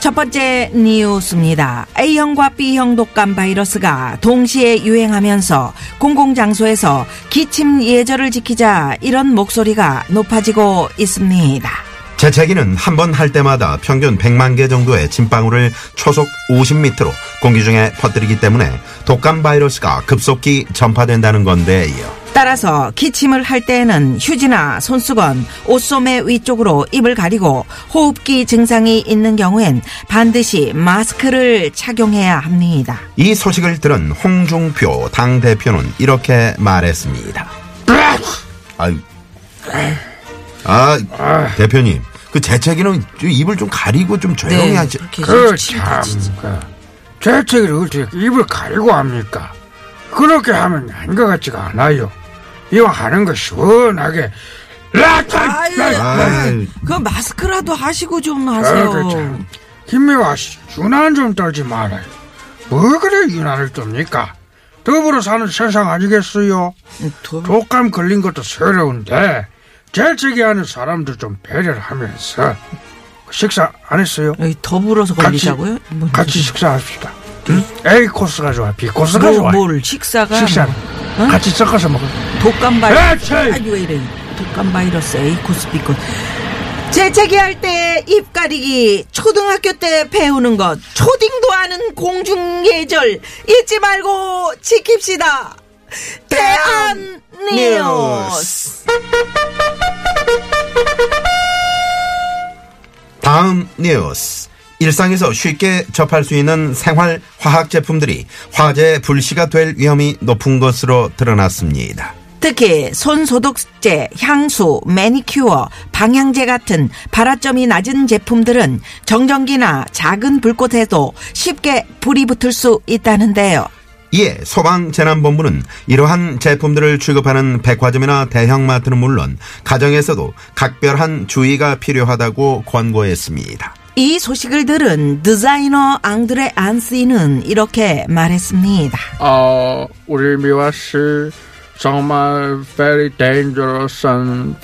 첫 번째 뉴스입니다. A형과 B형 독감 바이러스가 동시에 유행하면서 공공장소에서 기침 예절을 지키자 이런 목소리가 높아지고 있습니다. 재채기는 한 번 할 때마다 평균 100만 개 정도의 침방울을 초속 50m로 공기 중에 퍼뜨리기 때문에 독감 바이러스가 급속히 전파된다는 건데요. 따라서 기침을 할 때에는 휴지나 손수건, 옷소매 위쪽으로 입을 가리고 호흡기 증상이 있는 경우엔 반드시 마스크를 착용해야 합니다. 이 소식을 들은 홍중표 당 대표는 이렇게 말했습니다. 아유, 아, 대표님, 그 재채기는 좀 입을 좀 가리고 좀 조용히 네. 하지. 네. 그참 재채기를 어떻게 입을 가리고 합니까? 그렇게 하면 한 것 같지가 않아요. 이왕 하는 거 시원하게 라타 아유, 아유. 그 마스크라도 하시고 좀 하세요. 참 김미화 씨 유난 좀 떨지 말아요. 뭐 그래 유난을 떱니까? 더불어 사는 세상 아니겠어요? 독감 걸린 것도 서러운데 재채기하는 사람도 좀 배려를 하면서 식사 안 했어요? 여기 더불어서 걸리자고요? 뭔 같이 소리야? 식사합시다. 응? A 코스가 좋아, B 코스가 뭐, 좋아. 뭘 식사가 식사 응? 같이 섞어서 먹어. 독감 바이러스. 에이, 에이. 아유, 왜 이래. 독감 바이러스 A 코스 B 코스. 재채기 할 때 입 가리기 초등학교 때 배우는 것 초딩도 아는 공중 예절 잊지 말고 지킵시다. 대한 뉴스. 다음 뉴스. 일상에서 쉽게 접할 수 있는 생활 화학 제품들이 화재 불씨가 될 위험이 높은 것으로 드러났습니다. 특히 손 소독제, 향수, 매니큐어, 방향제 같은 발화점이 낮은 제품들은 정전기나 작은 불꽃에도 쉽게 불이 붙을 수 있다는데요. 이에 소방재난본부는 이러한 제품들을 취급하는 백화점이나 대형마트는 물론 가정에서도 각별한 주의가 필요하다고 권고했습니다. 이 소식을 들은 디자이너 앙드레 안스이는 이렇게 말했습니다. 어, 우리 미화 씨 정말 very dangerous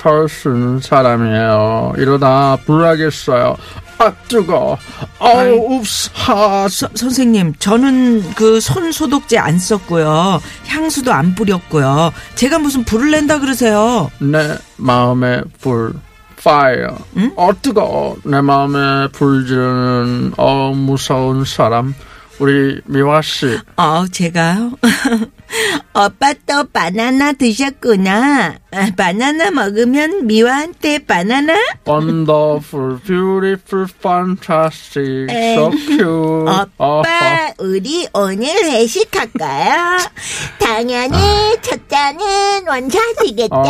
person 사람이에요. 이러다 불나겠어요. 아 뜨거. Oh, 아우 웁스 하. 서- 선생님, 저는 그 손 소독제 안 썼고요. 향수도 안 뿌렸고요. 제가 무슨 불을 낸다 그러세요. 내 마음에 불. fire. 어 뜨거. 내 마음에 불 지르는 어 무서운 사람. 우리 미화 씨. 어, 제가요? 오빠 또 바나나 드셨구나. 아, 바나나 먹으면 미화한테 바나나? Wonderful, beautiful, fantastic, so cute. 어허. 오빠, 우리 오늘 회식할까요? 당연히 첫 잔은 원샷이겠죠. 어.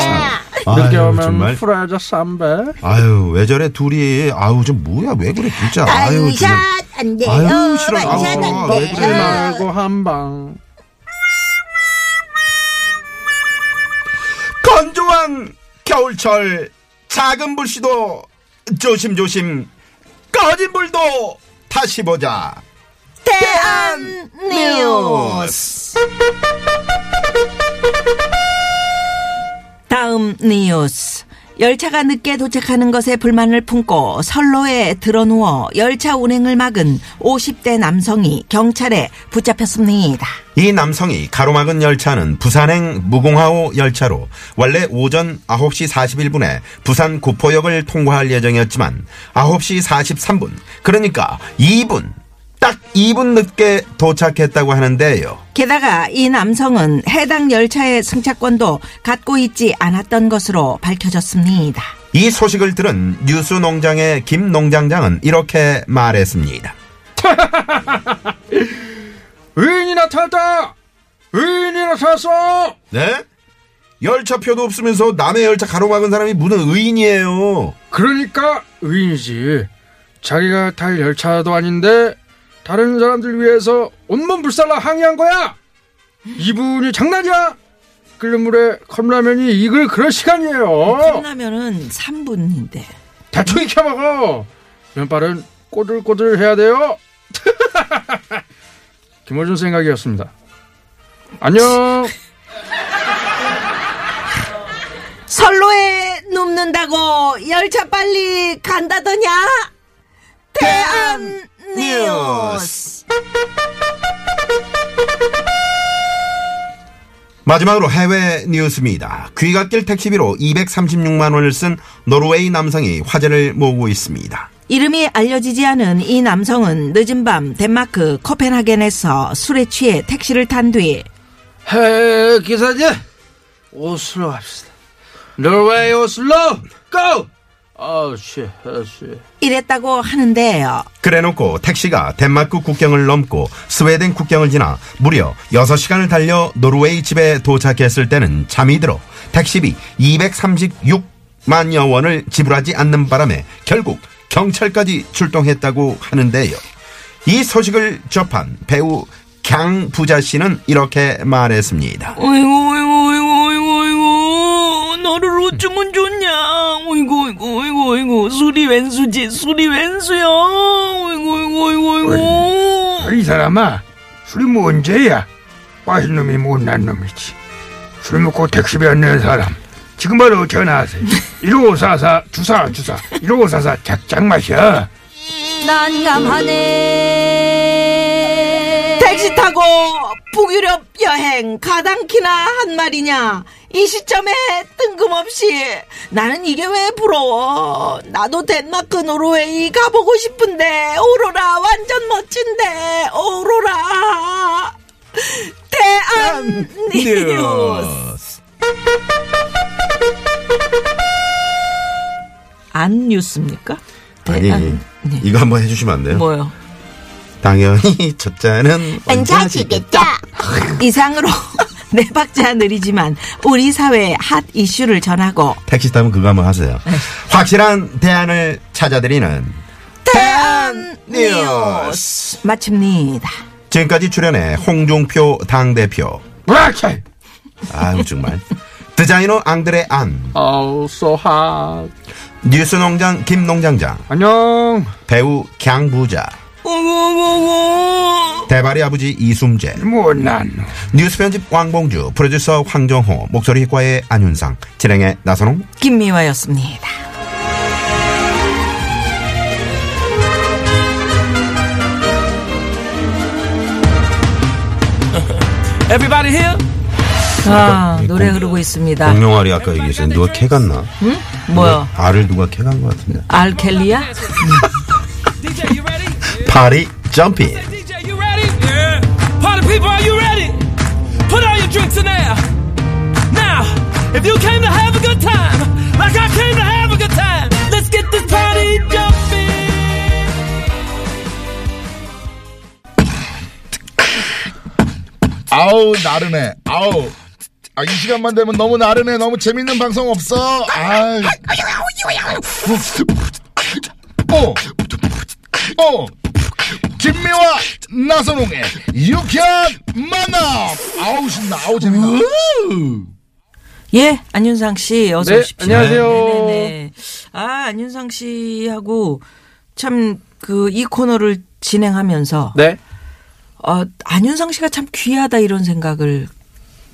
아. 늦게 아유, 오면 정말. 프라이드 삼배. 아유, 왜 저래 둘이. 아유, 저 뭐야, 왜 그래, 진짜. 아유, 원샷 정말. 안 돼요. 아유, 원샷 싫어. 아우, 안 왜 먹지 그래. 돼요. 말고 한 방. 건조한 겨울철 작은 불씨도 조심조심 꺼진 불도 다시 보자. 대한 뉴스. 다음 뉴스. 열차가 늦게 도착하는 것에 불만을 품고 선로에 드러누워 열차 운행을 막은 50대 남성이 경찰에 붙잡혔습니다. 이 남성이 가로막은 열차는 부산행 무공화호 열차로 원래 오전 9시 41분에 부산 구포역을 통과할 예정이었지만 9시 43분, 그러니까 2분, 딱 2분 늦게 도착했다고 하는데요. 게다가 이 남성은 해당 열차의 승차권도 갖고 있지 않았던 것으로 밝혀졌습니다. 이 소식을 들은 뉴스 농장의 김 농장장은 이렇게 말했습니다. 의인이 나타났다! 의인이 나타났어! 네? 열차표도 없으면서 남의 열차 가로막은 사람이 무슨 의인이에요. 그러니까 의인이지. 자기가 탈 열차도 아닌데 다른 사람들 위해서 온몸 불살라 항의한 거야. 이분이 장난이야? 끓는 물에 컵라면이 익을 그럴 시간이에요. 끝나면은 3분인데. 대충 익혀 먹어. 면발은 꼬들꼬들 해야 돼요. 김호준 생각이었습니다. 안녕. 선로에 눕는다고 열차 빨리 간다더냐? 대한 뉴스. 마지막으로 해외 뉴스입니다. 귀가 낄 택시비로 236만 원을 쓴 노르웨이 남성이 화제를 모으고 있습니다. 이름이 알려지지 않은 이 남성은 늦은 밤 덴마크 코펜하겐에서 술에 취해 택시를 탄 뒤 헤 기사님 오슬로 갑시다 노르웨이 오슬로 고! 아우씨 아우씨 이랬다고 하는데요. 그래놓고 택시가 덴마크 국경을 넘고 스웨덴 국경을 지나 무려 6시간을 달려 노르웨이 집에 도착했을 때는 잠이 들어 택시비 236만여 원을 지불하지 않는 바람에 결국 경찰까지 출동했다고 하는데요. 이 소식을 접한 배우 강 부자 씨는 이렇게 말했습니다. 어이구 어이구 어이구 어이구 어이구 너를 어쩌면 좋냐 어이구 어이구 어이구 어이구 술이 웬수지 술이 웬수야 어이구 어이구 어이구 어이구 이 사람아 술이 뭐 언제야 빠진 놈이 못난 놈이지 술 먹고 택시비 안 내는 사람 지금 바로 전화하세요 1544 주사 주사 1544 작작 마셔 난감하네. 택시 타고 북유럽 여행 가당키나 한 말이냐 이 시점에 뜬금없이 나는 이게 왜 부러워 나도 덴마크 노르웨이 가보고 싶은데 오로라 완전 멋진데 오로라 대한 뉴스 안 뉴스입니까? 아니 대한- 네. 이거 한번 해주시면 안 돼요? 뭐요? 당연히 첫째는 앉아시겠다. 이상으로 네 박자 느리지만 우리 사회의 핫 이슈를 전하고 택시 타면 그거 한번 하세요. 확실한 대안을 찾아드리는 대한 뉴스. 마칩니다. 지금까지 출연해 홍종표 당대표 브라켓 아유 정말 디자이너 앙드레 안 아우 소하 뉴스농장 김농장장 안녕 배우 강부자 오고고고 대발이 아버지 이숨재 못난 놈 뉴스 편집 왕봉주 프로듀서 황정호 목소리과의 안윤상 진행의 나선홍 김미화였습니다. Everybody here? 아 이 노래 공- 흐르고 있습니다. 공룡알이 아까 얘기했어요 누가 캐 갔나 네. 뭐야? 알을 누가 캐 간 것 같은데 알켈리야? DJ, you ready? 파리 점핑 DJ, you ready? Yeah. Party people, are you ready? Put all your drinks in there. Now, if you came to have a good time, like I came to have a good time, let's get this party jumping. 아우 나른해 아우 아, 이 시간만 되면 너무 나른해 너무 재밌는 방송 없어 아 어. 어. 김미화 나선홍의 유쾌한 만남 아우 신나 아우 재밌나 예 안윤상 씨 어서 네, 오십시오. 안녕하세요. 네네네. 아 안윤상 씨하고 참 그 이 코너를 진행하면서 네 어, 안윤상 씨가 참 귀하다 이런 생각을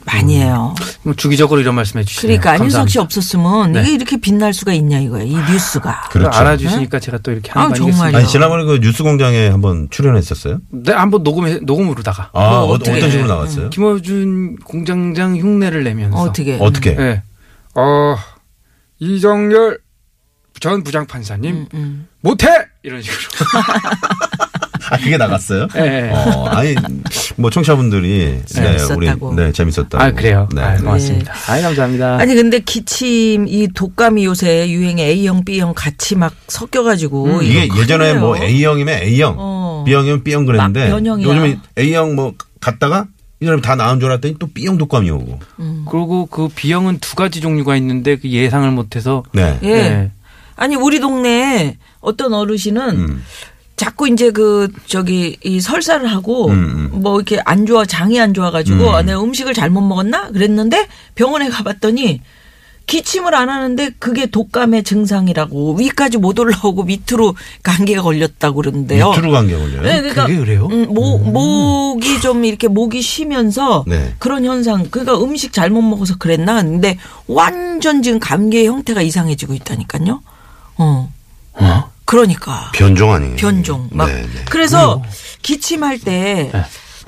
많이 해요. 뭐 주기적으로 이런 말씀해 주시네요. 그러니까 안윤상 씨 감사합니다. 없었으면 네. 이게 이렇게 빛날 수가 있냐 이거예요. 이 뉴스가. 그렇죠. 알아주시니까 제가 또 이렇게 네? 아우, 하는 거 아니겠습니까? 정말요. 아니 지난번에 그 뉴스공장에 한번 출연했었어요 네, 한번 녹음해 녹음으로다가 아 어, 어떤 식으로 음, 나갔어요 김어준 공장장 흉내를 내면서 어떻게? 어떻게 네. 어 이정열 전 부장판사님 음, 못해 이런 식으로. 아, 그게 나갔어요? 네. 어, 아니, 뭐, 청취자분들이. 재밌었다고. 네, 재밌었다고. 아 그래요. 네. 아, 고맙습니다. 아 감사합니다. 아니 근데 기침 이 독감이 요새 유행에 A형 B형 같이 막 섞여가지고 이게 이거 예전에 큰일이에요. 뭐 A형이면 A형, 어. B형이면 B형 그랬는데. 막 변형이야. 요즘에 A형 뭐, 갔다가 이 사람이 다 나은 줄 알았더니 또 B형 독감이 오고. 그리고 그 비형은 두 가지 종류가 있는데 그 예상을 못해서 네. 예. 아니 우리 동네에 어떤 어르신은 음. 자꾸 이제 그 저기 이 설사를 하고 뭐 이렇게 안 좋아 장이 안 좋아가지고 아, 내가 음식을 잘못 먹었나 그랬는데 병원에 가봤더니 기침을 안 하는데 그게 독감의 증상이라고 위까지 못 올라오고 밑으로 감기가 걸렸다고 그러는데요. 밑으로 관계 걸려요? 네, 그러니까 그게 그래요? 음, 목 목이 좀 이렇게 목이 쉬면서 네. 그런 현상. 그러니까 음식 잘못 먹어서 그랬나? 근데 완전 지금 감기의 형태가 이상해지고 있다니까요. 어. 그러니까. 변종 아니에요? 변종. 막 네, 네. 그래서 기침할 때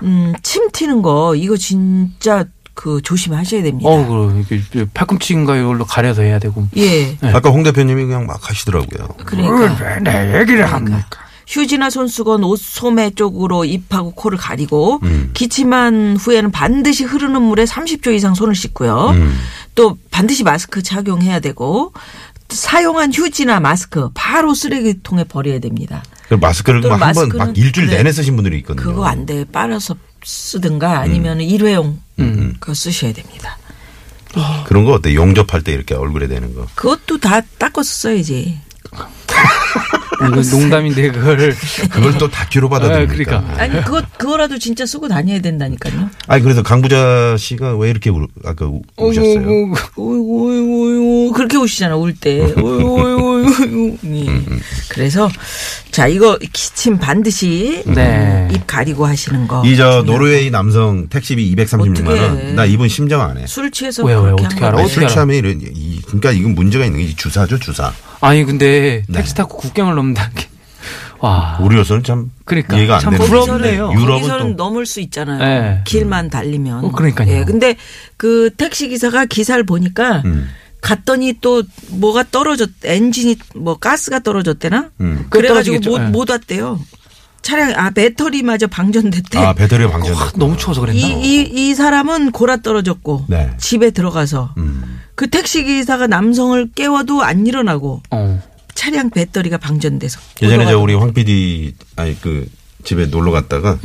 음, 침 튀는 거 이거 진짜 그 조심하셔야 됩니다. 어, 그럼 이렇게 팔꿈치인가 이걸로 가려서 해야 되고. 뭐 예. 아까 홍 대표님이 그냥 막 하시더라고요. 그러니까 왜내 얘기를 합니까? 휴지나 손수건 옷 소매 쪽으로 입하고 코를 가리고 기침한 후에는 반드시 흐르는 물에 30초 이상 손을 씻고요. 또 반드시 마스크 착용해야 되고 사용한 휴지나 마스크 바로 쓰레기통에 버려야 됩니다. 그 마스크를 또 막 한 번 마스크는- 막 일주일 네. 내내 쓰신 분들이 있거든요. 그거 안 돼. 빨아서 쓰든가 아니면 일회용 그거 쓰셔야 됩니다. 그런 거 어때? 용접할 때 이렇게 얼굴에 대는 거. 그것도 다 닦아서 써야지. 이건 농담인데 그걸. 그걸 또 다큐로 받아들이니까. 그러니까. 아니 그거 그거라도 진짜 쓰고 다녀야 된다니까요. 아니, 그래서 강부자 씨가 왜 이렇게 우, 아까 그 우, 우셨어요? 어이구, 어이구, 어이구, 어이구. 그렇게 오시잖아, 울 음. 때. 어이구, 어이구, 어이구. 예. 그래서, 자, 이거 기침 반드시. 네. 입 가리고 하시는 거. 이 저 노르웨이 남성 택시비 236만 어떡해. 원. 나 이분 심정 안 해. 술 취해서. 왜요, 왜요? 그렇게 어떻게 한 알아? 거예요. 아니, 어떻게 술 취하면 이런 이, 그러니까 이건 문제가 있는 게 주사죠, 주사. 아니 근데 네. 택시 타고 국경을 넘는다. 이게. 와. 우리로서는 참 그러니까. 이해가 안 참 되는 부럽네요. 일인데 유럽은 거기서는 또 넘을 수 있잖아요. 예. 길만 달리면. 어, 그러니까요. 예. 근데 그 택시 기사가 기사를 보니까 음. 갔더니 또 뭐가 떨어졌, 엔진이 뭐 가스가 떨어졌대나? 음. 그래가지고 떨어지겠죠. 못, 예. 못 왔대요. 차량, 아, 배터리마저 방전됐대. 아, 배터리가 방전. 아, 너무 추워서 그랬나? 이, 이, 이 사람은 골아 떨어졌고 네. 집에 들어가서 음. 그 택시 기사가 남성을 깨워도 안 일어나고 어. 차량 배터리가 방전돼서 예전에 저 돌아가고. 우리 황 PD 아니 그 집에 놀러 갔다가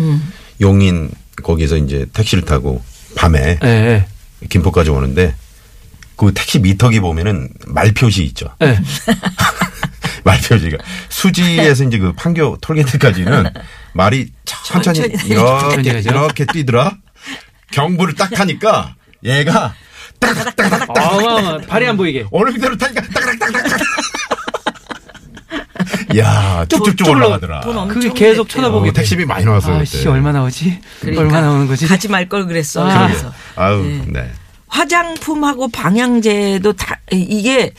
용인 거기서 이제 택시를 타고 밤에 네. 예, 예. 김포까지 오는데 그 택시 미터기 보면은 말 표시 있죠. 예. 말 표시가 수지에서 이제 그 판교 톨게이트까지는 말이 천천히 천천히 이렇게 가죠. 이렇게 뛰더라. 경부를 딱 타니까 얘가 아, 아, 아, 발이 안 보이게. 어느 대로 타니까 딱딱딱딱. 야, 쭉쭉쭉 쫄- 쫄러- 올라가더라. 돈 없- 그게 엄청 계속 그랬대요. 쳐다보게. 어, 택시비 많이 나왔어요. 그때. 아씨 얼마 나오지? 그러니까 얼마 나오는 거지? 가지 말 걸 그랬어. 아. 그래서 아우, 네. 화장품하고 방향제도 다 이게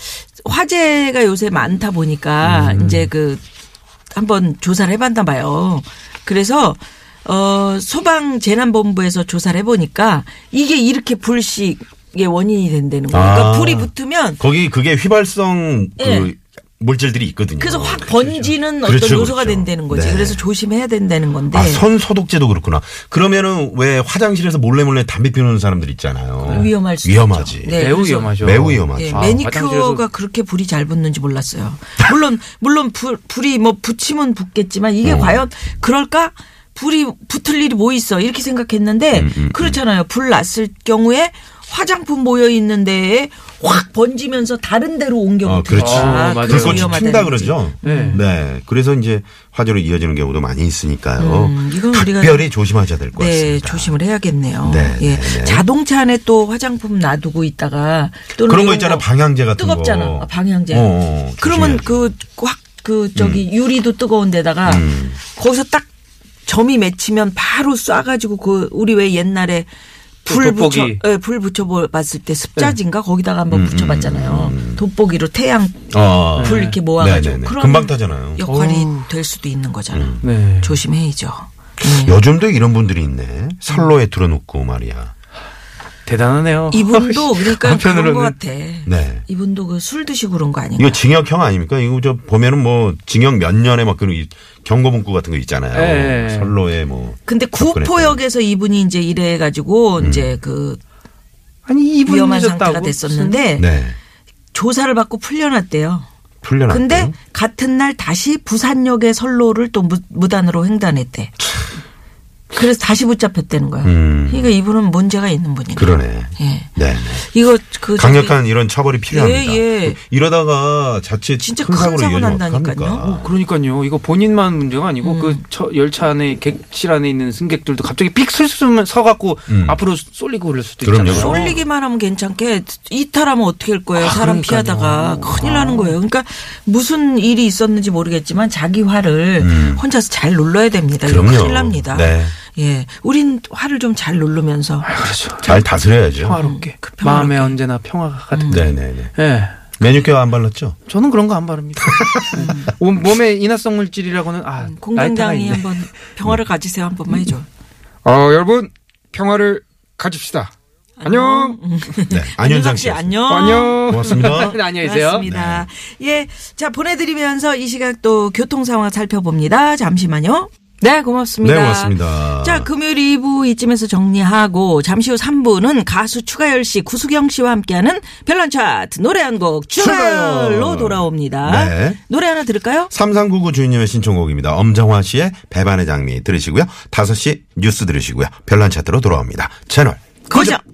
화재가 요새 많다 보니까 음. 이제 그 한번 조사를 해봤나 봐요. 그래서 어 소방 재난본부에서 조사를 해보니까 이게 이렇게 불식의 원인이 된다는 거예요. 그러니까 아. 불이 붙으면 거기 그게 휘발성 그 예. 물질들이 있거든요. 그래서 확 번지는 어떤 어, 그렇죠, 요소가 그렇죠. 된다는 거지. 네. 그래서 조심해야 된다는 건데. 아, 선 소독제도 그렇구나. 그러면은 왜 화장실에서 몰래 몰래 담배 피우는 사람들 있잖아요. 위험할 수 위험하지. 있죠. 네, 매우 그래서- 위험하죠. 매우 위험하죠. 예, 아, 매니큐어가 화장실에서- 그렇게 불이 잘 붙는지 몰랐어요. 물론 물론 불, 불이 뭐 붙이면 붙겠지만 음. 이게 과연 그럴까? 불이 붙을 일이 뭐 있어? 이렇게 생각했는데 음, 그렇잖아요. 불 났을 경우에 화장품 모여 있는 데에 확 번지면서 다른 데로 옮겨 어, 붙으니까 그렇지. 아, 맞아요. 그래서 불꽃이 위험하다는 튄다 거지. 그러죠. 네. 네. 그래서 이제 화재로 이어지는 경우도 많이 있으니까요. 음, 이건 우리가- 각별히 조심하셔야 될 것 네, 같습니다. 조심을 해야겠네요. 네, 예. 네, 네. 자동차 안에 또 화장품 놔두고 있다가 또는 그런 거 이런 있잖아 방향제 같은 뜨겁잖아. 거. 아, 방향제. 어, 어, 그러면 조심해야지. 음. 그 확 그 저기 유리도 뜨거운 데다가 거기서 딱 점이 맺히면 바로 쏴가지고 그 우리 왜 옛날에 그 불 돋보기. 붙여 예, 불 붙여봤을 때 네. 습자지인가 거기다가 한번 음, 붙여봤잖아요. 돋보기로 태양 어. 불 이렇게 모아가지고 네네네. 그런 금방 타잖아요. 음. 역할이 될 수도 있는 거잖아. 네. 조심해야죠. 요즘도 이런 분들이 있네. 선로에 들어놓고 말이야. 대단하네요. 이분도 그러니까 그런 것 한편으로는 같아. 네. 이분도 그 술 드시고 그런 거 아닌가? 이거 징역형 아닙니까? 이거 저 보면은 뭐 징역 몇 년에 막 그런 이 경고 문구 같은 거 있잖아요. 예, 예. 선로에 뭐. 근데 접근했더니. 구포역에서 이분이 이제 이래가지고 음. 이제 그 아니 이분 위험한 늦었다고? 상태가 됐었는데 네. 조사를 받고 풀려났대요. 풀려났대. 근데 같은 날 다시 부산역의 선로를 또 무, 무단으로 횡단했대. 그래서 다시 붙잡혔다는 거예요. 음. 그러니까 이분은 문제가 있는 분이에요. 그러네. 예. 네. 이거 그 저기 강력한 이런 처벌이 필요합니다. 예, 예. 이러다가 자칫 진짜 큰 큰 사고로 사고 이어지면 난다니까요. 음, 어떡합니까? 그러니까요. 이거 본인만 문제가 아니고 그 처- 열차 안에 객실 안에 있는 승객들도 갑자기 픽 슬슬 서갖고 음. 앞으로 쏠리고 그럴 수도 그럼요. 아, 있잖아요. 쏠리기만 하면 괜찮게 이탈하면 어떻게 할 거예요? 사람 그러니까요. 피하다가 큰일 나는 거예요. 그러니까 무슨 일이 있었는지 모르겠지만 자기 화를 음. 혼자서 잘 눌러야 됩니다. 이거 그럼요. 큰일 납니다. 네. 예, 우린 화를 좀 잘 누르면서 그렇죠. 잘 다스려야죠. 평화롭게. 그 평화롭게. 음. 마음에 언제나 평화가 가득. 네네네. 예. 메뉴케어 안 발랐죠? 저는 그런 거 안 바릅니다. 음. 몸- 몸에 인화성 물질이라고는 아 라이터가 공장장이 있네. 한번 평화를 가지세요 한 번만 음. 해줘. 어, 여러분 평화를 가집시다. 안녕. 네. 안윤상 윤석 씨. 안녕. 안녕. 고맙습니다. 안녕히 계세요. 네. 고맙습니다. 예, 자 보내드리면서 이 시각 또 교통 상황 살펴봅니다. 잠시만요. 네, 고맙습니다. 네, 고맙습니다. 자, 금요일 2부 이쯤에서 정리하고 잠시 후 3부는 가수 추가열 씨, 구수경 씨와 함께하는 별난 차트 노래 한 곡 추가열로 추가열. 돌아옵니다. 네. 노래 하나 들을까요? 3399 주인님의 신청곡입니다. 엄정화 씨의 배반의 장미 들으시고요. 5시 뉴스 들으시고요. 별난 차트로 돌아옵니다. 채널 고정.